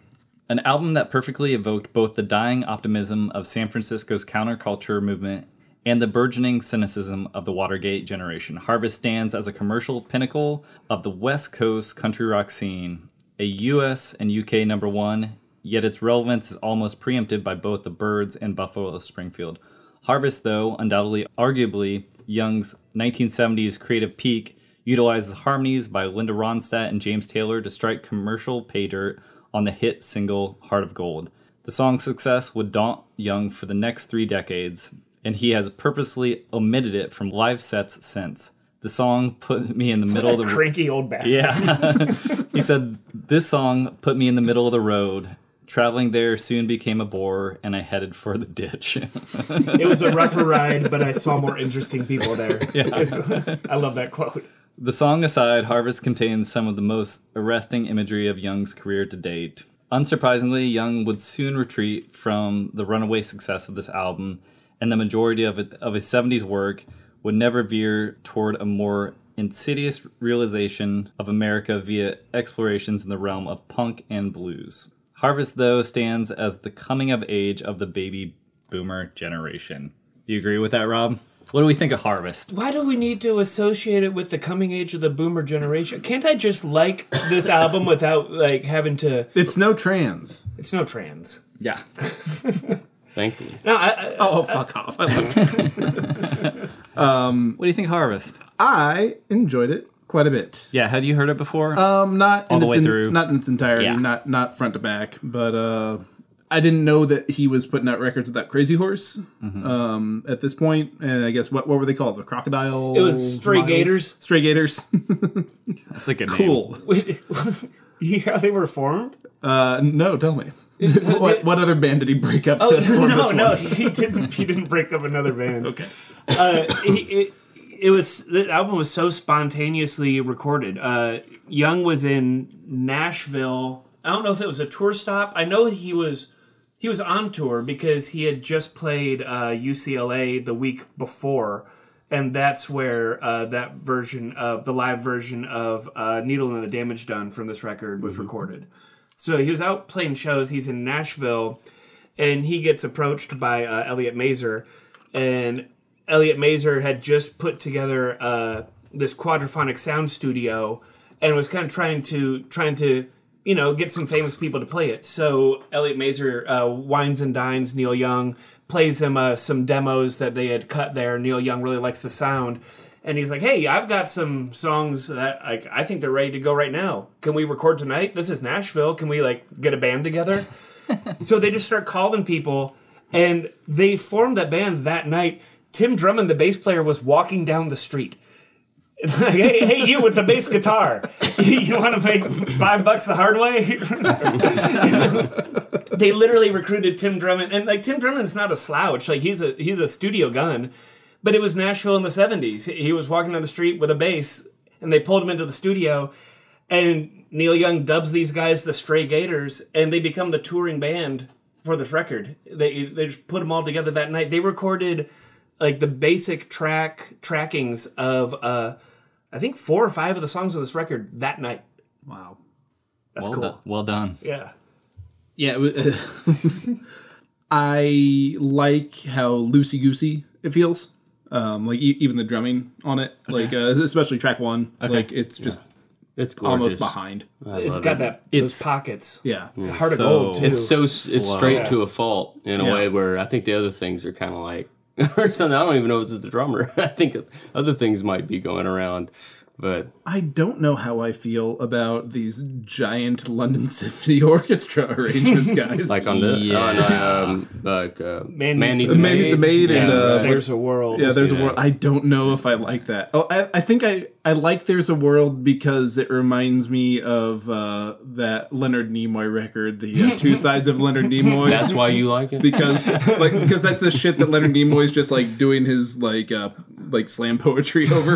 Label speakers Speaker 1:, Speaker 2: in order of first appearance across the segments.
Speaker 1: An album that perfectly evoked both the dying optimism of San Francisco's counterculture movement and the burgeoning cynicism of the Watergate generation. Harvest stands as a commercial pinnacle of the West Coast country rock scene, a US and UK number one, yet its relevance is almost preempted by both the Birds and Buffalo Springfield. Harvest, though, undoubtedly, arguably, Young's 1970s creative peak, utilizes harmonies by Linda Ronstadt and James Taylor to strike commercial pay dirt on the hit single Heart of Gold. The song's success would daunt Young for the next three decades, and he has purposely omitted it from live sets since. The song put me in the middle of the
Speaker 2: cranky old bastard.
Speaker 1: yeah. he said, This song put me in the middle of the road. Traveling there soon became a bore, and I headed for the ditch.
Speaker 2: It was a rougher ride, but I saw more interesting people there. I love that quote.
Speaker 1: the song aside, Harvest contains some of the most arresting imagery of Young's career to date. Unsurprisingly, Young would soon retreat from the runaway success of this album, and the majority of, it, of his 70s work would never veer toward a more insidious realization of America via explorations in the realm of punk and blues. Harvest, though, stands as the coming of age of the baby boomer generation. You agree with that, Rob? What do we think of Harvest?
Speaker 2: Why do we need to associate it with the coming age of the boomer generation? Can't I just like this album without like having to?
Speaker 3: It's no trans.
Speaker 2: It's no trans.
Speaker 1: Yeah.
Speaker 4: Thankfully.
Speaker 2: No, I, I,
Speaker 3: Oh, fuck off. I, love
Speaker 1: What do you think, of Harvest?
Speaker 3: I enjoyed it quite a bit.
Speaker 1: Yeah, had you heard it before?
Speaker 3: Um, not in
Speaker 1: the
Speaker 3: its
Speaker 1: way
Speaker 3: en-
Speaker 1: through.
Speaker 3: Not in its entirety.
Speaker 1: Yeah.
Speaker 3: Not not front to back. But uh, I didn't know that he was putting out records with that Crazy Horse. Um, at this point, and I guess what what were they called? The crocodile.
Speaker 2: it was Stray
Speaker 3: Miles?
Speaker 2: Gators.
Speaker 3: Stray Gators.
Speaker 1: That's a good
Speaker 3: cool.
Speaker 2: Wait, you hear how they were formed?
Speaker 3: Uh, no, tell me. what what other band did he break up? To
Speaker 2: Oh
Speaker 3: form
Speaker 2: no,
Speaker 3: this
Speaker 2: no,
Speaker 3: one?
Speaker 2: he didn't. He didn't break up another band.
Speaker 3: Okay.
Speaker 2: uh, he, it, it was the album was so spontaneously recorded. Uh, Young was in Nashville. I don't know if it was a tour stop. I know he was he was on tour because he had just played uh, UCLA the week before, and that's where uh, that version of the live version of uh, "Needle and the Damage Done" from this record
Speaker 3: Mm-hmm.
Speaker 2: was recorded. So he was out playing shows. He's in Nashville, and he gets approached by uh, Elliot Mazer, and Elliot Mazer had just put together uh, this quadraphonic sound studio and was kind of trying to trying to you know get some famous people to play it. So Elliot Mazer uh, wines and dines Neil Young, plays him uh, some demos that they had cut there. Neil Young really likes the sound. And he's like, "Hey, I've got some songs that like I think they're ready to go right now. Can we record tonight? This is Nashville. Can we like get a band together?" So they just start calling people, and they formed that band that night. Tim Drummond, the bass player, was walking down the street. like, hey, hey, you with the bass guitar, you want to make five bucks the hard way? they literally recruited Tim Drummond, and like Tim Drummond's not a slouch. Like he's a he's a studio gun, but it was Nashville in the '70s. He was walking down the street with a bass, and they pulled him into the studio, and Neil Young dubs these guys the Stray Gators, and they become the touring band for this record. They they just put them all together that night. They recorded like the basic track trackings of uh I think four or five of the songs on this record that night.
Speaker 3: Wow.
Speaker 2: That's
Speaker 1: well,
Speaker 2: cool.
Speaker 1: done. well done.
Speaker 2: Yeah.
Speaker 3: Yeah. It was, I like how loosey goosey it feels. Um, like e- even the drumming on it, like uh, especially track one, like it's just
Speaker 4: It's gorgeous.
Speaker 3: almost behind.
Speaker 2: It's got that
Speaker 1: It's-
Speaker 2: those pockets.
Speaker 3: Yeah.
Speaker 2: Heart
Speaker 1: So-
Speaker 2: of gold too.
Speaker 4: It's so s- it's straight
Speaker 2: Yeah.
Speaker 4: to a fault in a
Speaker 3: Yeah.
Speaker 4: way where I think the other things are kind of like or something. I don't even know if it's the drummer. I think other things might be going around, but
Speaker 3: I don't know how I feel about these giant London Symphony Orchestra arrangements, guys.
Speaker 4: like on the
Speaker 1: Yeah.
Speaker 4: on um, like uh,
Speaker 2: Man Needs a
Speaker 4: a
Speaker 3: Man Needs a Maid and,
Speaker 4: Yeah,
Speaker 3: uh,
Speaker 4: right.
Speaker 2: There's a world.
Speaker 3: yeah, there's a
Speaker 4: yeah.
Speaker 3: world. I don't know if I like that. Oh, I, I think I, I like There's a World because it reminds me of uh, that Leonard Nimoy record, the uh, Two Sides of Leonard Nimoy.
Speaker 4: that's why you like it.
Speaker 3: because like because that's the shit that Leonard Nimoy is just like doing his like uh like slam poetry over.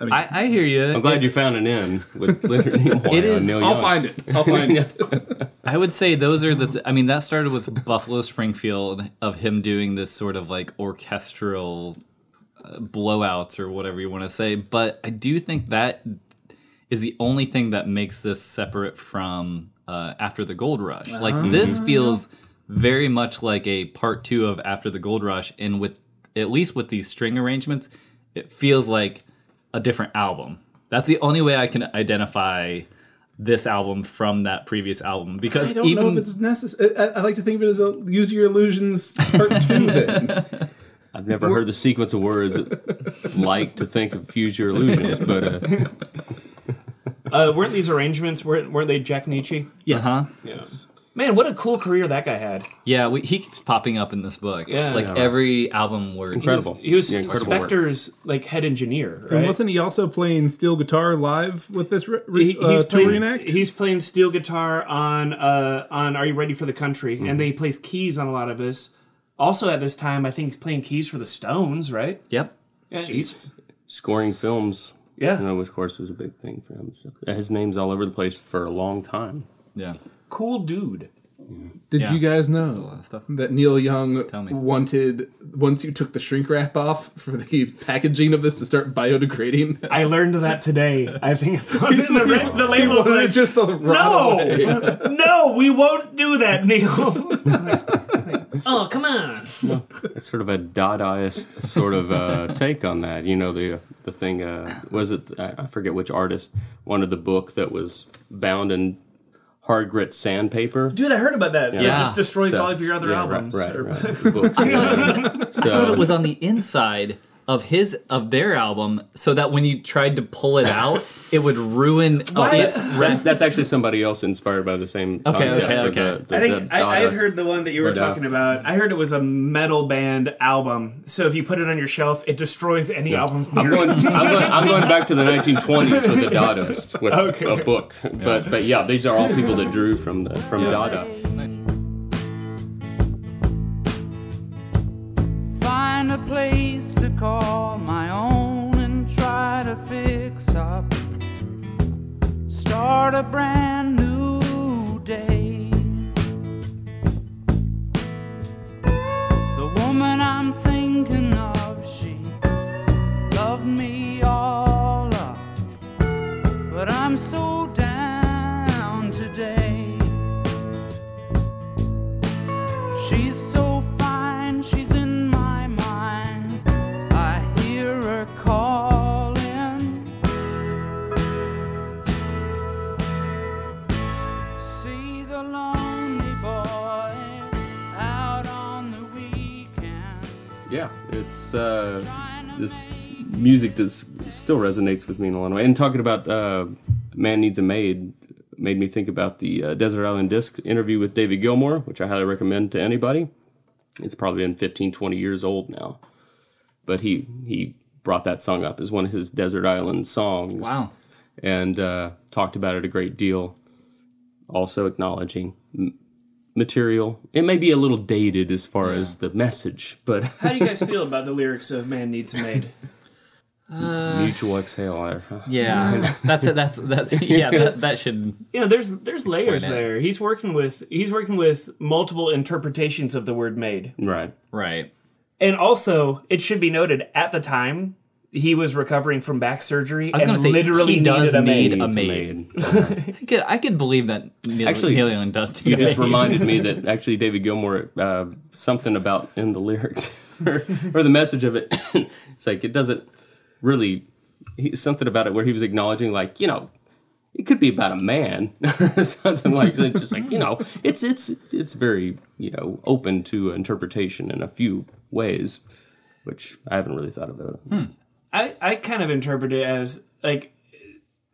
Speaker 1: I, I hear you.
Speaker 4: I'm glad you found an in with Leonard Nimoy.
Speaker 1: It is-
Speaker 3: I'll find it. I'll find it.
Speaker 1: I would say those are the. Th- I mean, that started with Buffalo Springfield of him doing this sort of like orchestral uh, blowouts or whatever you want to say. But I do think that is the only thing that makes this separate from uh, After the Gold Rush.
Speaker 3: Uh-huh.
Speaker 1: Like this
Speaker 3: Mm-hmm.
Speaker 1: feels very much like a part two of After the Gold Rush, and with at least with these string arrangements, it feels like a different album. That's the only way I can identify this album from that previous album because
Speaker 3: I don't
Speaker 1: even
Speaker 3: know if it's necessary. I, I like to think of it as a use your illusions part two. Then
Speaker 4: I've never heard the sequence of words like to think of future illusions, but uh,
Speaker 2: Uh, weren't these arrangements weren't weren't they Jack Nietzsche?
Speaker 3: yes,
Speaker 1: Uh-huh.
Speaker 3: yes.
Speaker 2: Man, what a cool career that guy had.
Speaker 1: yeah, we, he keeps popping up in this book.
Speaker 2: Yeah.
Speaker 1: like
Speaker 2: Yeah,
Speaker 4: right.
Speaker 1: every album word.
Speaker 4: Incredible.
Speaker 2: He was
Speaker 4: Yeah, incredible work.
Speaker 2: Spectre's like head engineer,
Speaker 3: And
Speaker 2: right?
Speaker 3: wasn't he also playing steel guitar live with this re- re-
Speaker 2: He-
Speaker 3: uh,
Speaker 2: he's
Speaker 3: touring
Speaker 2: playing
Speaker 3: act?
Speaker 2: he's playing steel guitar on uh on Are You Ready for the Country, and then he plays keys on a lot of this. Also at this time, I think he's playing keys for the Stones, right?
Speaker 1: Yep.
Speaker 2: Yeah, he's,
Speaker 4: scoring films,
Speaker 2: Yeah.
Speaker 4: you know, of course, is a big thing for him. So, his name's all over the place for a long time.
Speaker 1: Yeah.
Speaker 2: cool dude.
Speaker 3: Did
Speaker 1: Yeah.
Speaker 3: you guys know
Speaker 1: stuff.
Speaker 3: that Neil Young
Speaker 1: me.
Speaker 3: wanted once you took the shrink wrap off for the packaging of this to start biodegrading?
Speaker 2: I learned that today. I think it's on the, the, the label.
Speaker 3: Wasn't it just a
Speaker 2: no,
Speaker 3: rot away?
Speaker 2: no, we won't do that, Neil. oh, come on.
Speaker 4: It's sort of a Dadaist sort of uh, take on that. You know, the the thing uh, was it? I I forget which artist wanted the book that was bound in hard grit sandpaper.
Speaker 2: Dude, I heard about that. So it
Speaker 1: Yeah.
Speaker 2: just destroys
Speaker 4: So-
Speaker 2: all of your other
Speaker 4: yeah, right,
Speaker 2: albums.
Speaker 4: Right,
Speaker 2: Or-
Speaker 4: right, Books, yeah. So
Speaker 1: It was on the inside of his of their album, so that when you tried to pull it out, it would ruin its
Speaker 4: that- that's actually somebody else inspired by the same. concept
Speaker 1: okay,
Speaker 4: for
Speaker 1: okay.
Speaker 4: The, the,
Speaker 2: I
Speaker 4: the
Speaker 2: think I, I had
Speaker 4: Dadaist.
Speaker 2: heard the one that you were
Speaker 4: Right
Speaker 2: talking
Speaker 4: now.
Speaker 2: about. I heard it was a metal band album. So if you put it on your shelf, it destroys any albums.
Speaker 4: I'm
Speaker 2: near
Speaker 4: going,
Speaker 2: it.
Speaker 4: I'm, going, I'm going back to the 1920s with the Dadaists with
Speaker 2: Okay.
Speaker 4: a book, but but yeah, these are all people that drew from the from Dada.
Speaker 5: Find a place to call my own and try to fix up. Start a brand new day. The woman I'm thinking of, she loved me all up. But I'm so down today. She's so fine, she's in my mind. I hear her calling. See the lonely boy out on the weekend.
Speaker 4: Yeah, it's uh, this music that still resonates with me in a lot of ways. And talking about uh, "Man Needs a Maid" made me think about the uh, Desert Island Disc interview with David Gilmour, which I highly recommend to anybody. It's probably been 15, 20 years old now, but he he brought that song up as one of his Desert Island songs.
Speaker 1: Wow.
Speaker 4: and uh, talked about it a great deal. Also acknowledging m- material, it may be a little dated as far as the message, but
Speaker 2: How do you guys feel about the lyrics of "Man Needs a Maid"?
Speaker 4: Mutual exhale there. huh?
Speaker 1: Yeah, that's it. That's that's yeah. That, that should
Speaker 2: You know, there's there's layers
Speaker 1: it.
Speaker 2: there. He's working with he's working with multiple interpretations of the word made.
Speaker 4: Right.
Speaker 1: right.
Speaker 2: And also, it should be noted at the time he was recovering from back surgery
Speaker 1: was
Speaker 2: and
Speaker 1: gonna say,
Speaker 2: literally
Speaker 1: he does
Speaker 2: needed a
Speaker 1: need
Speaker 2: maid.
Speaker 1: a
Speaker 4: Needs
Speaker 1: maid. I could I could believe that. Neil,
Speaker 4: Actually,
Speaker 1: Neil Young does.
Speaker 4: It just reminded me that actually David Gilmour uh, something about in the lyrics or, or the message of it. it's like it doesn't really he, something about it where he was acknowledging like you know it could be about a man or something like that. Just like you know it's it's it's very you know open to interpretation in a few ways, which I haven't really thought about.
Speaker 2: I, I kind of interpret it as like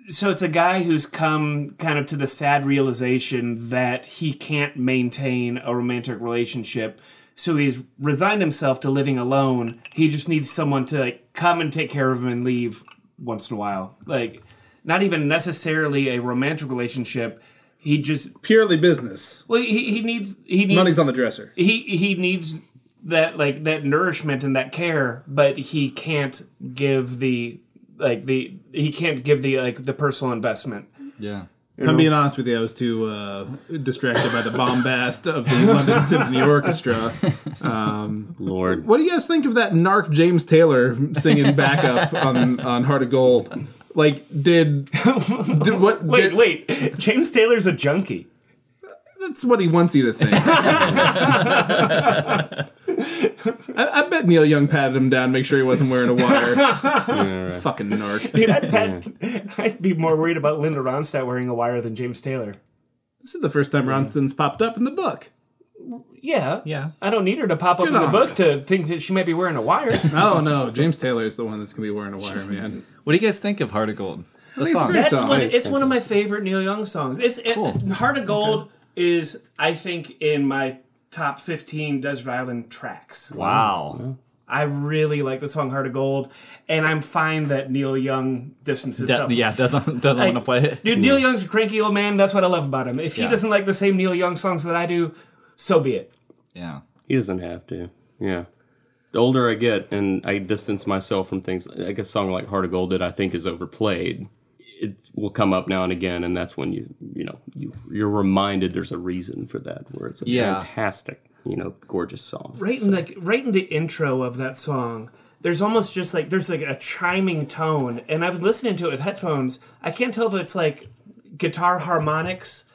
Speaker 2: so it's a guy who's come kind of to the sad realization that he can't maintain a romantic relationship so he's resigned himself to living alone he just needs someone to like come and take care of him and leave once in a while like not even necessarily a romantic relationship he just
Speaker 3: Purely business.
Speaker 2: well he, he needs he needs
Speaker 3: Money's on the dresser.
Speaker 2: he he needs that like that nourishment and that care, but he can't give the like the he can't give the like the personal investment.
Speaker 1: yeah.
Speaker 3: If I'm being honest with you, I was too uh, distracted by the bombast of the London Symphony Orchestra. Um,
Speaker 4: Lord,
Speaker 3: What do you guys think of that narc James Taylor singing backup on on Heart of Gold? Like, did did what?
Speaker 2: Wait,
Speaker 3: did-
Speaker 2: wait, James Taylor's a junkie.
Speaker 3: That's what he wants you to think. I, I bet Neil Young patted him down, make sure he wasn't wearing a wire. Fucking narc.
Speaker 2: Dude, I'd, bet- I'd be more worried about Linda Ronstadt wearing a wire than James Taylor.
Speaker 3: This is the first time Ronson's popped up in the book.
Speaker 2: Yeah,
Speaker 1: Yeah.
Speaker 2: I don't need her to pop up in
Speaker 3: Good
Speaker 2: the
Speaker 3: on
Speaker 2: book
Speaker 3: her.
Speaker 2: to think that she might be wearing a wire.
Speaker 3: Oh no, James Taylor is the one that's gonna be wearing a wire, man.
Speaker 1: What do you guys think of Heart of Gold? The
Speaker 3: it's
Speaker 1: song.
Speaker 3: great.
Speaker 2: That's
Speaker 3: song.
Speaker 2: one.
Speaker 3: Nice.
Speaker 2: It's one of my favorite Neil Young songs. It's it, Heart of Gold is I think in my top fifteen Desert Island tracks.
Speaker 1: Wow.
Speaker 2: I really like the song Heart of Gold, and I'm fine that Neil Young distances
Speaker 1: De-
Speaker 2: himself.
Speaker 1: yeah. Doesn't doesn't want to play it.
Speaker 2: Dude, Neil Young's a cranky old man. That's what I love about him. If he
Speaker 1: Yeah.
Speaker 2: doesn't like the same Neil Young songs that I do, so be it.
Speaker 1: Yeah.
Speaker 4: He doesn't have to. Yeah. The older I get and I distance myself from things, like a song like Heart of Gold that I think is overplayed, it will come up now and again, and that's when you you know you you're reminded there's a reason for that. Where it's a
Speaker 1: Yeah.
Speaker 4: fantastic, you know, gorgeous song.
Speaker 2: Right in like right in the intro of that song, there's almost just like there's like a chiming tone, and I've been listening to it with headphones. I can't tell if it's like guitar harmonics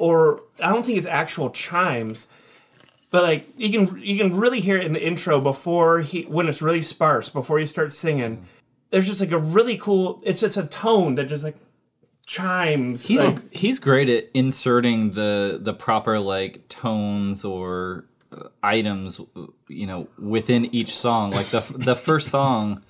Speaker 2: or I don't think it's actual chimes. But like you can you can really hear it in the intro before he when it's really sparse before he starts singing. There's just like a really cool. It's just a tone that just like chimes.
Speaker 1: He's
Speaker 2: like,
Speaker 1: he's great at inserting the the proper like tones or uh, items, you know, within each song. Like the the first song.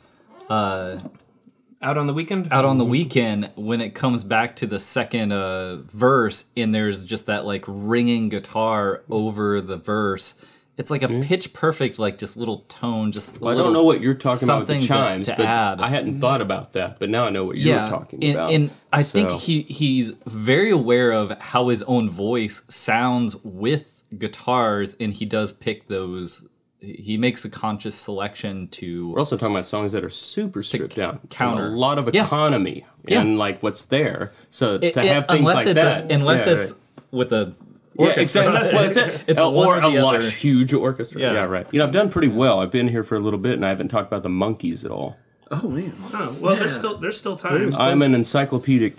Speaker 2: out on the weekend.
Speaker 1: out on the weekend when it comes back to the second uh, verse and there's just that like ringing guitar over the verse it's like a pitch perfect like just little tone just
Speaker 4: Hmm. I
Speaker 1: little
Speaker 4: don't know what you're talking about with the
Speaker 1: something to-
Speaker 4: chimes,
Speaker 1: to
Speaker 4: but
Speaker 1: add.
Speaker 4: I hadn't thought about that. But now I know what you were talking
Speaker 1: and,
Speaker 4: about.
Speaker 1: and I think
Speaker 4: So,
Speaker 1: he he's very aware of how his own voice sounds with guitars, and he does pick those. He makes a conscious selection to
Speaker 4: We're also talking about songs that are super stripped down, and
Speaker 1: counter.
Speaker 4: a lot of
Speaker 1: Yeah.
Speaker 4: economy
Speaker 1: Yeah.
Speaker 4: and like what's there. So
Speaker 1: It-
Speaker 4: to
Speaker 1: it-
Speaker 4: have things
Speaker 1: unless
Speaker 4: like
Speaker 1: it's
Speaker 4: that,
Speaker 1: a, unless
Speaker 4: Yeah,
Speaker 1: it's with a
Speaker 4: Yeah, exactly. That's what I said.
Speaker 1: It's
Speaker 4: Uh,
Speaker 1: one
Speaker 4: or
Speaker 1: or
Speaker 4: a
Speaker 1: the
Speaker 4: lush,
Speaker 1: other.
Speaker 4: huge orchestra.
Speaker 1: Yeah.
Speaker 4: Yeah. right. You know, I've done pretty well. I've been here for a little bit, and I haven't talked about the monkeys at all.
Speaker 3: Oh man.
Speaker 2: Oh, well, there's still there's still time.
Speaker 4: I'm an encyclopedic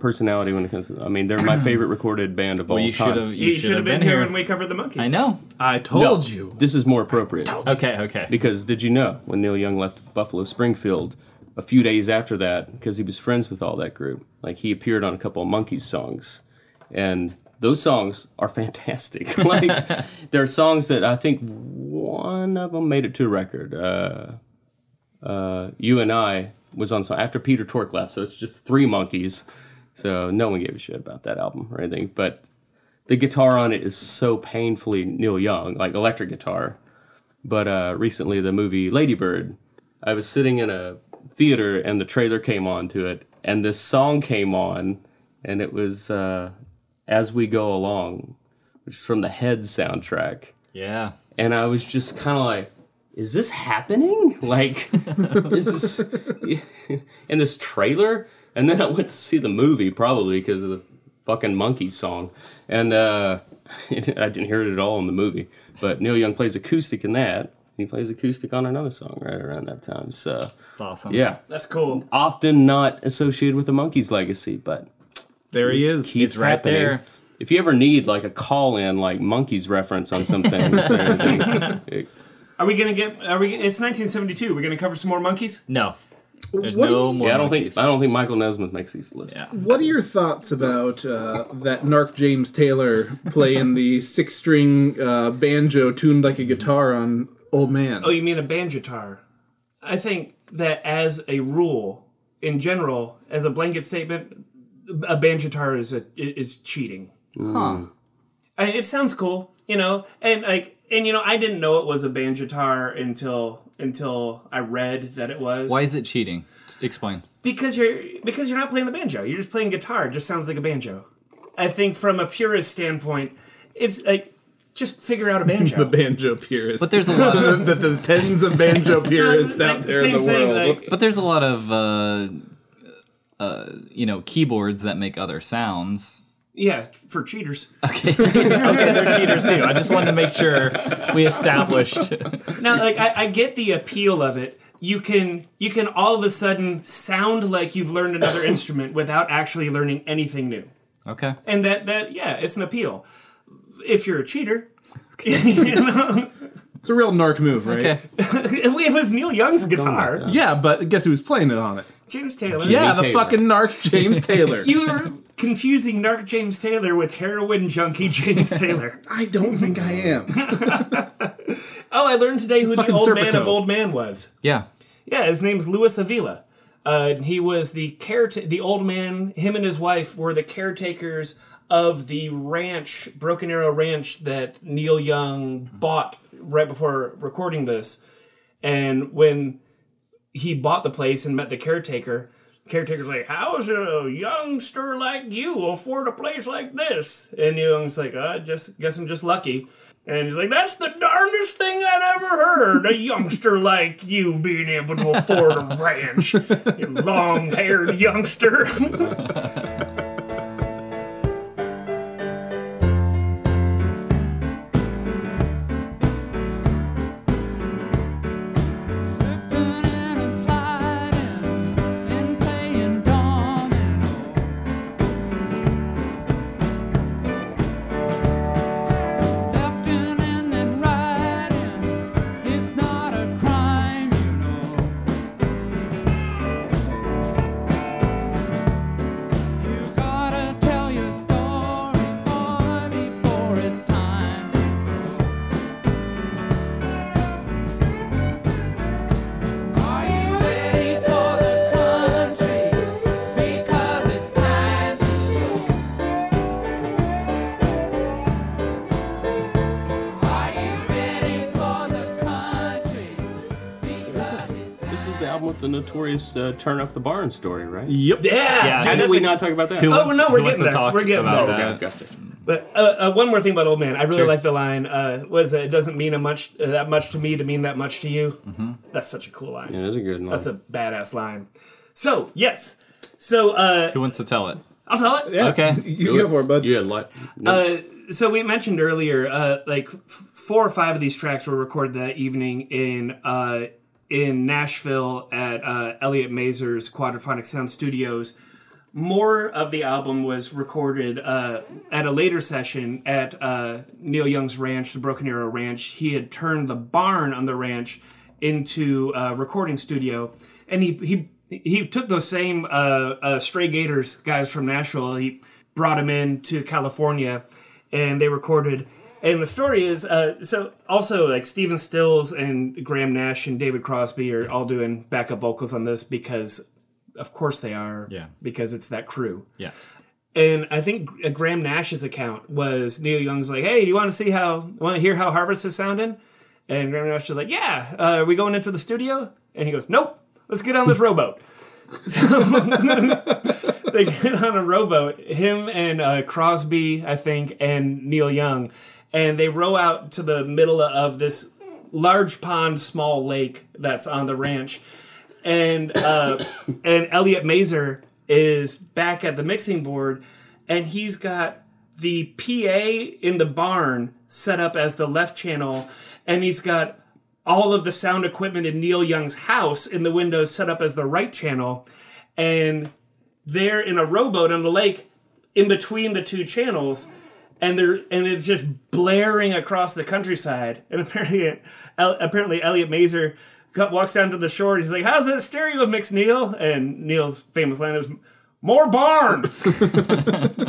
Speaker 4: personality when it comes to. I mean, they're my favorite recorded band of all
Speaker 1: you should
Speaker 4: time.
Speaker 1: have
Speaker 2: you should have been, here when we covered the monkeys.
Speaker 1: I know.
Speaker 3: I
Speaker 4: No,
Speaker 3: told you.
Speaker 4: This is more appropriate
Speaker 1: Okay, okay.
Speaker 4: because did you know when Neil Young left Buffalo Springfield? A few days after that, because he was friends with all that group, like he appeared on a couple of Monkeys songs, and those songs are fantastic. like there are songs that I think one of them made it to a record. Uh, uh, you and I was on song after Peter Tork left, so it's just three monkeys. So no one gave a shit about that album or anything. But the guitar on it is so painfully Neil Young, like electric guitar. But uh, recently, the movie Ladybird, I was sitting in a theater and the trailer came on to it, and this song came on, and it was uh, As We Go Along, which is from the Head soundtrack
Speaker 1: Yeah.
Speaker 4: and I was just kind of like, is this happening? Like, this is in this trailer. And then I went to see the movie probably because of the fucking monkey song, and uh, I didn't hear it at all in the movie. But Neil Young plays acoustic in that. He plays acoustic on another song right around that time. So
Speaker 1: It's awesome.
Speaker 4: yeah,
Speaker 2: That's cool.
Speaker 4: often not associated with the monkey's legacy, but
Speaker 3: There he is.
Speaker 1: It's right
Speaker 4: happening.
Speaker 1: there.
Speaker 4: If you ever need like a call in, like monkeys reference on some things or anything, it-
Speaker 2: Are we gonna get? Are we? It's 1972. We're gonna cover some more monkeys.
Speaker 1: No. There's
Speaker 3: What do
Speaker 1: no
Speaker 3: you-
Speaker 1: more.
Speaker 4: yeah, I don't
Speaker 1: monkeys.
Speaker 4: think I don't think Michael Nesmith makes these lists.
Speaker 1: Yeah.
Speaker 3: What are your thoughts about uh, that narc James Taylor playing the six string uh, banjo tuned like a guitar on Old Man?
Speaker 2: Oh, you mean a banjo guitar? I think that as a rule, in general, as a blanket statement, a banjo guitar is a is cheating. I, it sounds cool, you know, and like, and you know, I didn't know it was a banjo guitar until until I read that it was.
Speaker 1: Why is it cheating? Just Explain.
Speaker 2: Because you're because you're not playing the banjo. You're just playing guitar. It just sounds like a banjo. I think from a purist standpoint, it's like just figure out a banjo.
Speaker 3: the banjo purist.
Speaker 1: But there's a lot of
Speaker 3: the, the, the tens of banjo purists
Speaker 2: Like,
Speaker 3: out there in the world.
Speaker 2: like,
Speaker 1: But there's a lot of uh, uh, you know keyboards that make other sounds.
Speaker 2: yeah, for cheaters.
Speaker 1: Okay, okay, they're cheaters too. I just wanted to make sure we established.
Speaker 2: Now, like I, I get the appeal of it. You can you can all of a sudden sound like you've learned another instrument without actually learning anything new.
Speaker 1: Okay,
Speaker 2: And that that yeah, it's an appeal. If you're a cheater, you know,
Speaker 3: it's a real narc move, right?
Speaker 1: okay.
Speaker 2: it was Neil Young's guitar,
Speaker 3: Yeah, but guess who was playing it on it?
Speaker 2: James Taylor.
Speaker 3: Yeah, the
Speaker 4: Taylor.
Speaker 3: fucking narc James Taylor.
Speaker 2: You're confusing narc James Taylor with heroin junkie James Taylor.
Speaker 3: I don't think I am.
Speaker 2: Oh, I learned today who the
Speaker 3: Fucking
Speaker 2: old man
Speaker 3: Serpico.
Speaker 2: of old man was.
Speaker 1: Yeah,
Speaker 2: Yeah, his name's Luis Avila. Uh, he was the caretaker, the old man, him and his wife were the caretakers of the ranch, Broken Arrow Ranch, that Neil Young bought right before recording this. And when he bought the place and met the caretaker, caretaker's like, How's a youngster like you afford a place like this? And Neil Young's like, I just guess I'm just lucky. And he's like, that's the darndest thing I'd ever heard. A youngster like you being able to afford a ranch. You long haired youngster.
Speaker 5: Slipping and sliding and playing domino. Lefting and then righting, it's not a crime, you know. You gotta tell your story, boy, before it's time to Are you ready for the country? Because it's time to go. Are you ready for the country? Because it's time.
Speaker 4: This is the album with the notorious uh, "Turn Up the Barn" story, right?
Speaker 3: yep.
Speaker 2: Yeah.
Speaker 4: How
Speaker 1: that's
Speaker 4: did we
Speaker 1: a-
Speaker 4: not talk about that?
Speaker 1: Who
Speaker 2: Oh,
Speaker 1: wants-
Speaker 2: no,
Speaker 1: who
Speaker 2: we're
Speaker 1: wants
Speaker 2: getting
Speaker 1: to
Speaker 2: there.
Speaker 1: talk
Speaker 2: We're getting
Speaker 1: about
Speaker 2: there.
Speaker 1: that?
Speaker 4: gotcha.
Speaker 2: But uh, uh, one more thing about Old Man. I really like the line, uh, was it doesn't mean a much, uh, that much to me to mean that much to you? That's such a cool line.
Speaker 4: Mm-hmm. Yeah, that's a good one.
Speaker 2: That's a badass line. So, yes. So, uh,
Speaker 1: Who wants to tell it?
Speaker 2: I'll tell it.
Speaker 3: Yeah.
Speaker 1: Okay.
Speaker 3: You go for it, bud.
Speaker 4: You had like
Speaker 2: Uh, so we mentioned earlier, uh, like f- four or five of these tracks were recorded that evening in uh, in Nashville at uh, Elliot Mazer's Quadraphonic Sound Studios. More of the album was recorded uh, at a later session at uh, Neil Young's ranch, the Broken Arrow Ranch. He had turned the barn on the ranch into a recording studio, and he he. He took those same uh, uh, stray Gators guys from Nashville. He brought him in to California, and they recorded. And the story is uh, so also like Steven Stills and Graham Nash and David Crosby are all doing backup vocals on this because, of course, they are.
Speaker 1: Yeah.
Speaker 2: Because it's that crew.
Speaker 1: Yeah.
Speaker 2: And I think Gr- Graham Nash's account was Neil Young's like, "Hey, do you want to see how? Want to hear how Harvest is sounding?" And Graham Nash was like, "Yeah, uh, are we going into the studio?" And he goes, "Nope, let's get on this rowboat." they get on a rowboat. Him and uh, Crosby, I think, and Neil Young, and they row out to the middle of this large pond, small lake that's on the ranch, and uh, and Elliot Mazer is back at the mixing board, and he's got the PA in the barn set up as the left channel, and he's got all of the sound equipment in Neil Young's house in the windows set up as the right channel, and they're in a rowboat on the lake in between the two channels and they're and it's just blaring across the countryside and apparently El, apparently Elliot Mazer got, walks down to the shore and he's like how's that stereo mix Neil and Neil's famous line is more barn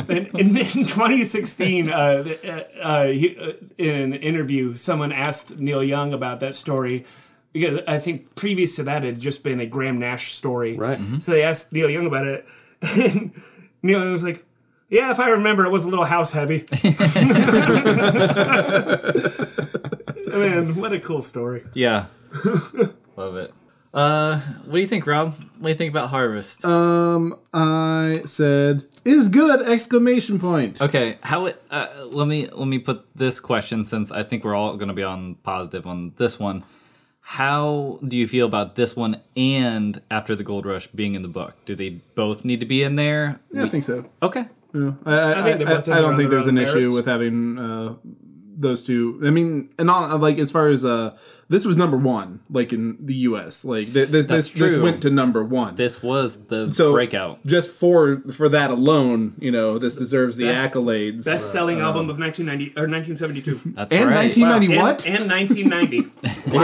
Speaker 2: in, in, in 2016 uh, the- uh, uh, he, uh, in an interview someone asked Neil Young about that story because I think previous to that it had just been a Graham Nash story
Speaker 4: Right. Mhm.
Speaker 2: so they asked Neil Young about it and Neil Young was like yeah, if I remember, it was a little house heavy. Man, what a cool story.
Speaker 1: Yeah. Love it. Uh, what do you think, Rob? What do you think about Harvest?
Speaker 3: Um, I said is good exclamation point.
Speaker 1: okay, how it, uh, let me let me put this question since I think we're all going to be on positive on this one. How do you feel about this one and After the Gold Rush being in the book? Do they both need to be in there?
Speaker 3: Yeah, I think so.
Speaker 1: Okay.
Speaker 3: I, I,
Speaker 2: think they
Speaker 3: I-
Speaker 2: both
Speaker 3: I
Speaker 2: have
Speaker 3: don't
Speaker 2: their
Speaker 3: think
Speaker 2: own
Speaker 3: there's an
Speaker 2: merits.
Speaker 3: issue with having uh, those two. I mean, and on like as far as uh, this was number one, like in the U.S., like th- this this, this
Speaker 1: true.
Speaker 3: went to number one.
Speaker 1: This was the
Speaker 3: so
Speaker 1: breakout.
Speaker 3: just for for that alone, you know, this deserves the
Speaker 2: That's-
Speaker 3: accolades.
Speaker 2: Best selling album of 1990 or 1972.
Speaker 1: That's
Speaker 3: and
Speaker 1: right.
Speaker 3: 1990
Speaker 2: and,
Speaker 3: what?
Speaker 2: And 1990.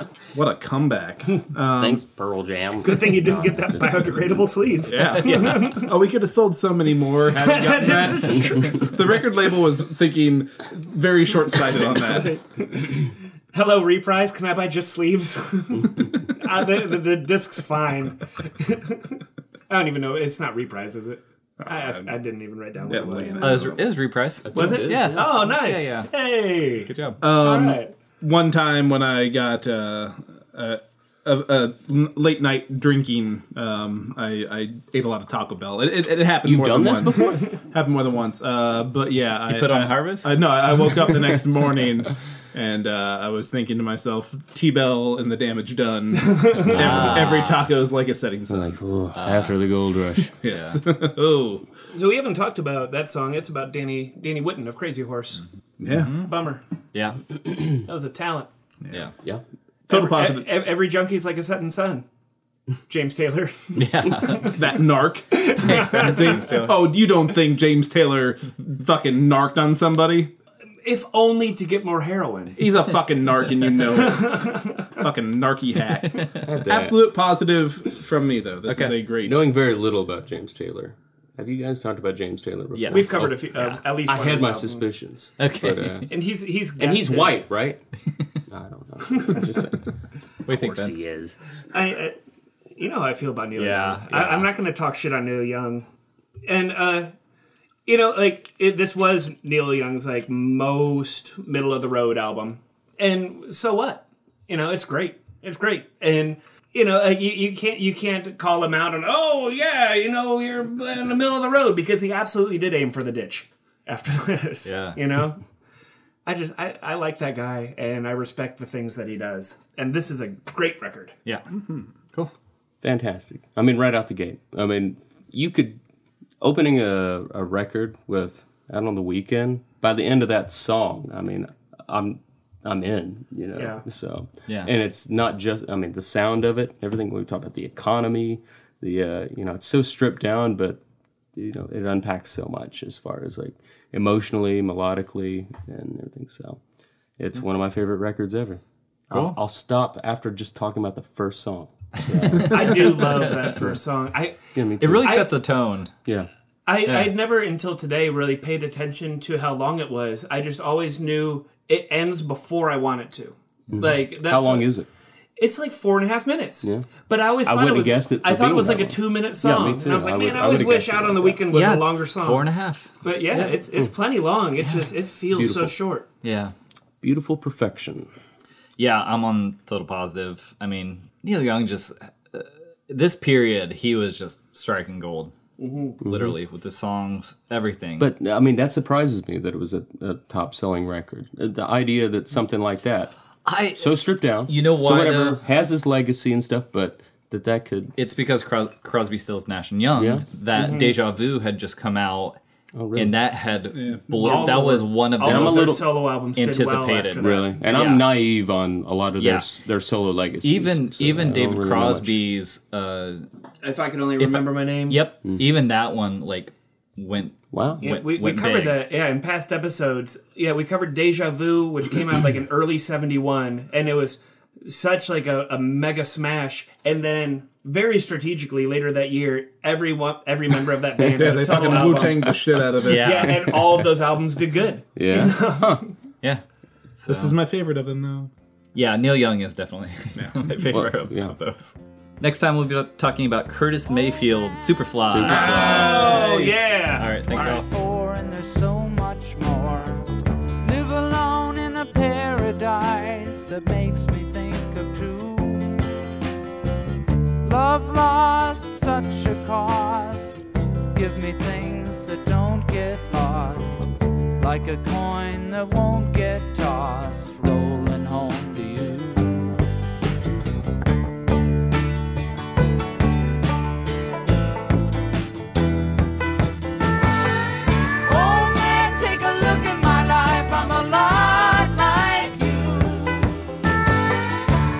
Speaker 3: wow, what a comeback!
Speaker 4: Um, Thanks, Pearl Jam.
Speaker 2: Good thing you didn't get that biodegradable sleeve.
Speaker 3: Yeah. oh, we could have sold so many more. had we gotten
Speaker 2: That
Speaker 3: that. the record label was thinking very short sighted on that.
Speaker 2: Hello, reprise. Can I buy just sleeves? uh, the, the, the disc's fine. I don't even know. It's not reprise, is it?
Speaker 4: Oh,
Speaker 2: I, I, I didn't even write down what
Speaker 3: Yeah,
Speaker 2: it was.
Speaker 1: Uh, is, is reprice.
Speaker 2: Was it?
Speaker 1: Yeah.
Speaker 2: Oh, nice.
Speaker 1: Yeah,
Speaker 2: Hey.
Speaker 1: Good job.
Speaker 4: Um,
Speaker 2: All right.
Speaker 3: one time when I got uh, a, a, a late night drinking, um, I, I ate a lot of Taco Bell. It, it, it happened. more
Speaker 4: done
Speaker 3: than
Speaker 4: this
Speaker 3: once. before? happened more than once. Uh, but yeah, I
Speaker 1: put on
Speaker 3: I-
Speaker 1: Harvest?
Speaker 3: I, no, I woke up the next morning. And uh, I was thinking to myself, T Bell and the damage done. every, every taco is like a setting sun.
Speaker 4: Like, oh, after the gold rush.
Speaker 3: Yes. oh.
Speaker 2: So we haven't talked about that song. It's about Danny Danny Whitten of Crazy Horse.
Speaker 3: Yeah.
Speaker 1: Mm-hmm.
Speaker 2: Bummer.
Speaker 1: yeah.
Speaker 2: That was a talent.
Speaker 1: Yeah.
Speaker 4: Yeah.
Speaker 3: Total
Speaker 2: Every,
Speaker 3: positive.
Speaker 2: e- every junkie's like a setting sun. James Taylor.
Speaker 1: Yeah.
Speaker 3: that narc. James Taylor. Oh, you don't think James Taylor fucking narked on somebody?
Speaker 2: if only to get more heroin.
Speaker 3: He's a fucking narc, and you know it. fucking narky hack.
Speaker 4: Uh,
Speaker 3: Absolute positive from me, though. This is
Speaker 1: Okay.
Speaker 3: a great.
Speaker 4: Knowing very little about James Taylor. Have you guys talked about James Taylor before?
Speaker 1: Yes.
Speaker 2: We've covered a few, uh, at least.
Speaker 4: I
Speaker 2: one of
Speaker 4: had
Speaker 2: his
Speaker 4: my
Speaker 2: albums.
Speaker 4: suspicions.
Speaker 1: Okay.
Speaker 4: But, uh,
Speaker 2: And he's he's
Speaker 4: and he's
Speaker 2: guested.
Speaker 4: white, right? I don't know. I'm just saying.
Speaker 1: we think Ben.
Speaker 4: he is.
Speaker 2: I, I, you know how I feel about Neil
Speaker 1: Yeah,
Speaker 2: Young.
Speaker 1: yeah.
Speaker 2: I, I'm not going to talk shit on Neil Young, and uh, you know, like it, this was Neil Young's like most middle of the road album, and so what? You know, it's great. It's great, and you know, like you, you can't you can't call him out on oh yeah, you know, you're in the middle of the road because he absolutely did aim for the ditch after this.
Speaker 1: Yeah.
Speaker 2: you know. I just I, I like that guy and I respect the things that he does. And this is a great record.
Speaker 1: Yeah.
Speaker 2: Mm-hmm.
Speaker 1: Cool.
Speaker 4: Fantastic. I mean, right out the gate. I mean, you could opening a, a record with out on the weekend. By the end of that song, I mean, I'm I'm in. You know.
Speaker 2: Yeah.
Speaker 4: So.
Speaker 1: Yeah.
Speaker 4: And it's not just. I mean, the sound of it, everything we talked about, the economy, the uh, you know, it's so stripped down, but you know, it unpacks so much as far as like emotionally, melodically, and everything. So, it's one of my favorite records ever. I'll, I'll stop after just talking about the first song.
Speaker 2: I do love that first song. I
Speaker 4: Yeah, me
Speaker 1: It
Speaker 4: too.
Speaker 1: really sets a tone.
Speaker 4: Yeah.
Speaker 2: I I'd never until today really paid attention to how long it was. I just always knew it ends before I want it to. Like that's
Speaker 4: Mm-hmm. How long is it?
Speaker 2: It's like four and a half minutes. Yeah. But I always thought it
Speaker 4: wouldn't
Speaker 2: was.
Speaker 4: have guessed it for
Speaker 2: I thought it
Speaker 4: being
Speaker 2: was
Speaker 4: that
Speaker 2: like a
Speaker 4: long.
Speaker 2: two minute
Speaker 4: Yeah, me
Speaker 2: song.
Speaker 4: too.
Speaker 2: and I was like,
Speaker 4: I
Speaker 2: man,
Speaker 4: would-
Speaker 2: I
Speaker 4: I
Speaker 2: always
Speaker 4: would've
Speaker 2: wish
Speaker 4: guessed it
Speaker 2: Out on
Speaker 4: like
Speaker 2: the
Speaker 4: that.
Speaker 2: Weekend was
Speaker 1: yeah,
Speaker 2: a longer song.
Speaker 1: Four and a half.
Speaker 2: But yeah, it's it's plenty long. It just it feels so
Speaker 4: Beautiful.
Speaker 2: short.
Speaker 1: Yeah.
Speaker 4: Beautiful perfection.
Speaker 1: Yeah, I'm on total positive. I mean, Neil Young just uh, this period he was just striking gold,
Speaker 2: Mm-hmm.
Speaker 1: literally with the songs, everything.
Speaker 4: But I mean, that surprises me that it was a, a top selling record. Uh, The idea that something like that
Speaker 1: I
Speaker 4: so stripped down.
Speaker 1: You know uh,
Speaker 4: So
Speaker 1: why,
Speaker 4: whatever
Speaker 1: though?
Speaker 4: has his legacy and stuff, but that that could.
Speaker 1: it's because Cros- Crosby, Stills, Nash and Young
Speaker 4: Yeah.
Speaker 1: that
Speaker 2: Mm-hmm.
Speaker 1: Deja Vu had just come out,
Speaker 4: Oh, really?
Speaker 1: and that had
Speaker 2: All
Speaker 1: blew, that
Speaker 2: the-
Speaker 1: was one of
Speaker 2: All
Speaker 1: them.
Speaker 4: I'm a
Speaker 2: those
Speaker 4: little
Speaker 2: solo albums did well
Speaker 1: anticipated,
Speaker 2: after that.
Speaker 4: Really, and I'm
Speaker 1: Yeah.
Speaker 4: naive on a lot of
Speaker 1: Yeah.
Speaker 4: their s their solo legacies.
Speaker 1: even
Speaker 4: so I
Speaker 1: even
Speaker 4: don't
Speaker 1: David
Speaker 4: really know much.
Speaker 1: Crosby's uh,
Speaker 2: If I could only remember my name.
Speaker 1: yep
Speaker 4: Mm-hmm.
Speaker 1: even that one like went
Speaker 4: Wow.
Speaker 2: Yeah,
Speaker 1: went-
Speaker 2: we, we
Speaker 1: went
Speaker 2: covered
Speaker 1: big.
Speaker 2: that yeah in past episodes. Yeah, we covered Deja Vu, which came out like in early '71, and it was such like a, a mega smash. And then very strategically later that year, every one, every member of that band
Speaker 3: Yeah,
Speaker 2: had a
Speaker 3: they
Speaker 2: solo
Speaker 3: fucking
Speaker 2: album.
Speaker 3: Wu Tang the shit out of it.
Speaker 1: Yeah.
Speaker 2: Yeah, and all of those albums did good.
Speaker 4: Yeah.
Speaker 1: yeah
Speaker 3: This is my favorite of them, though.
Speaker 1: yeah Neil Young is definitely my favorite of,
Speaker 4: yeah.
Speaker 1: of those. Next time we'll be talking about Curtis Mayfield Superfly.
Speaker 2: Oh yeah.
Speaker 1: All right, thanks all.
Speaker 5: before, and there's so much more. Live alone in a paradise that makes me think of two. Love lost, such a cost. Give me things that don't get lost, like a coin that won't get tossed, rolling home to you. Old Oh, man, take a look at my life. I'm a lot like you.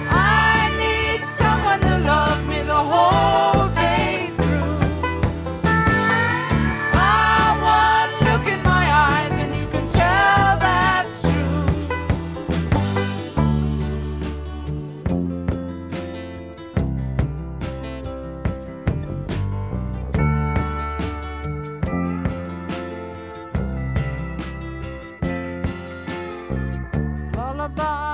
Speaker 5: I need someone to love me the whole day through. I want look in my eyes, and you can tell that's true. Lullaby.